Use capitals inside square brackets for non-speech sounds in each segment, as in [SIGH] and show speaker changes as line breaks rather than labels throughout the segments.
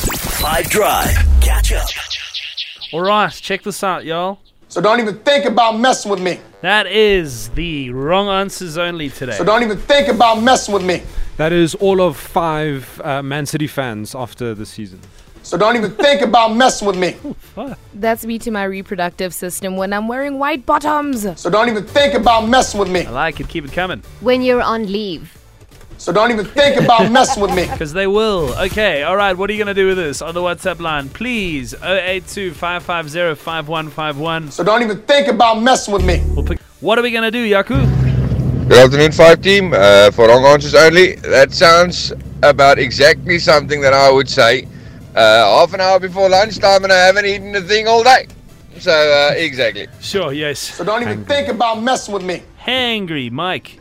Five Drive. Catch up.
All right, check this out, y'all.
So don't even think about messing with me.
That is the wrong answers only today.
So don't even think about messing with me.
That is all of five uh, Man City fans after the season.
So don't even think about messing with me.
That's me to my reproductive system when I'm wearing white bottoms.
So don't even think about messing with me.
I like it. Keep it coming.
When you're on leave.
So don't even think about messing with me.
Because they will. Okay, all right, what are you going to do with this on the WhatsApp line? Please, 082 550 5151.
So don't even think about messing with me.
We'll pick- What are we going to do, Yaku?
Good afternoon, Five Team. Uh, for wrong answers only, that sounds about exactly something that I would say uh, half an hour before lunchtime, and I haven't eaten a thing all day. So, uh, exactly.
Sure, yes.
So don't even think about messing with me.
Hangry, Mike.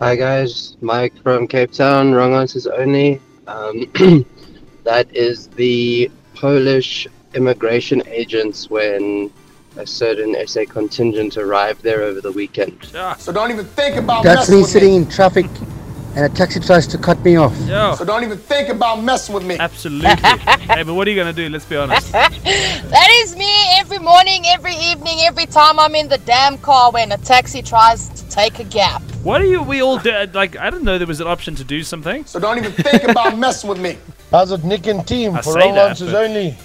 Hi guys, Mike from Cape Town. Wrong answers only. Um, [CLEARS THROAT] that is the Polish immigration agents when a certain SA contingent arrived there over the weekend.
So don't even think about
That's
messing
me
with
sitting
me.
in traffic and a taxi tries to cut me off.
Yo.
So don't even think about messing with me.
[LAUGHS]
Absolutely. hey, but what are you going to do? Let's be honest.
That is me every morning, every evening, every time I'm in the damn car when a taxi tries to take a gap.
What are you, we all do? Like, I didn't know there was an option to do something.
So don't even think about messing with me.
How's it, Nick and [LAUGHS] team?
I
For
say
all
that,
answers
but-
only.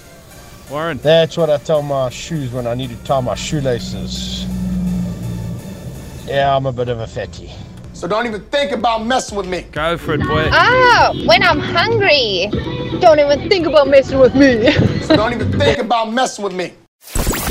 Warren.
That's what I tell my shoes when I need to tie my shoelaces. Yeah, I'm a bit of a fatty.
So don't even think about messing with me.
Go for it, boy.
Oh, when I'm hungry. Don't even think about messing with me.
So don't even think about messing with me.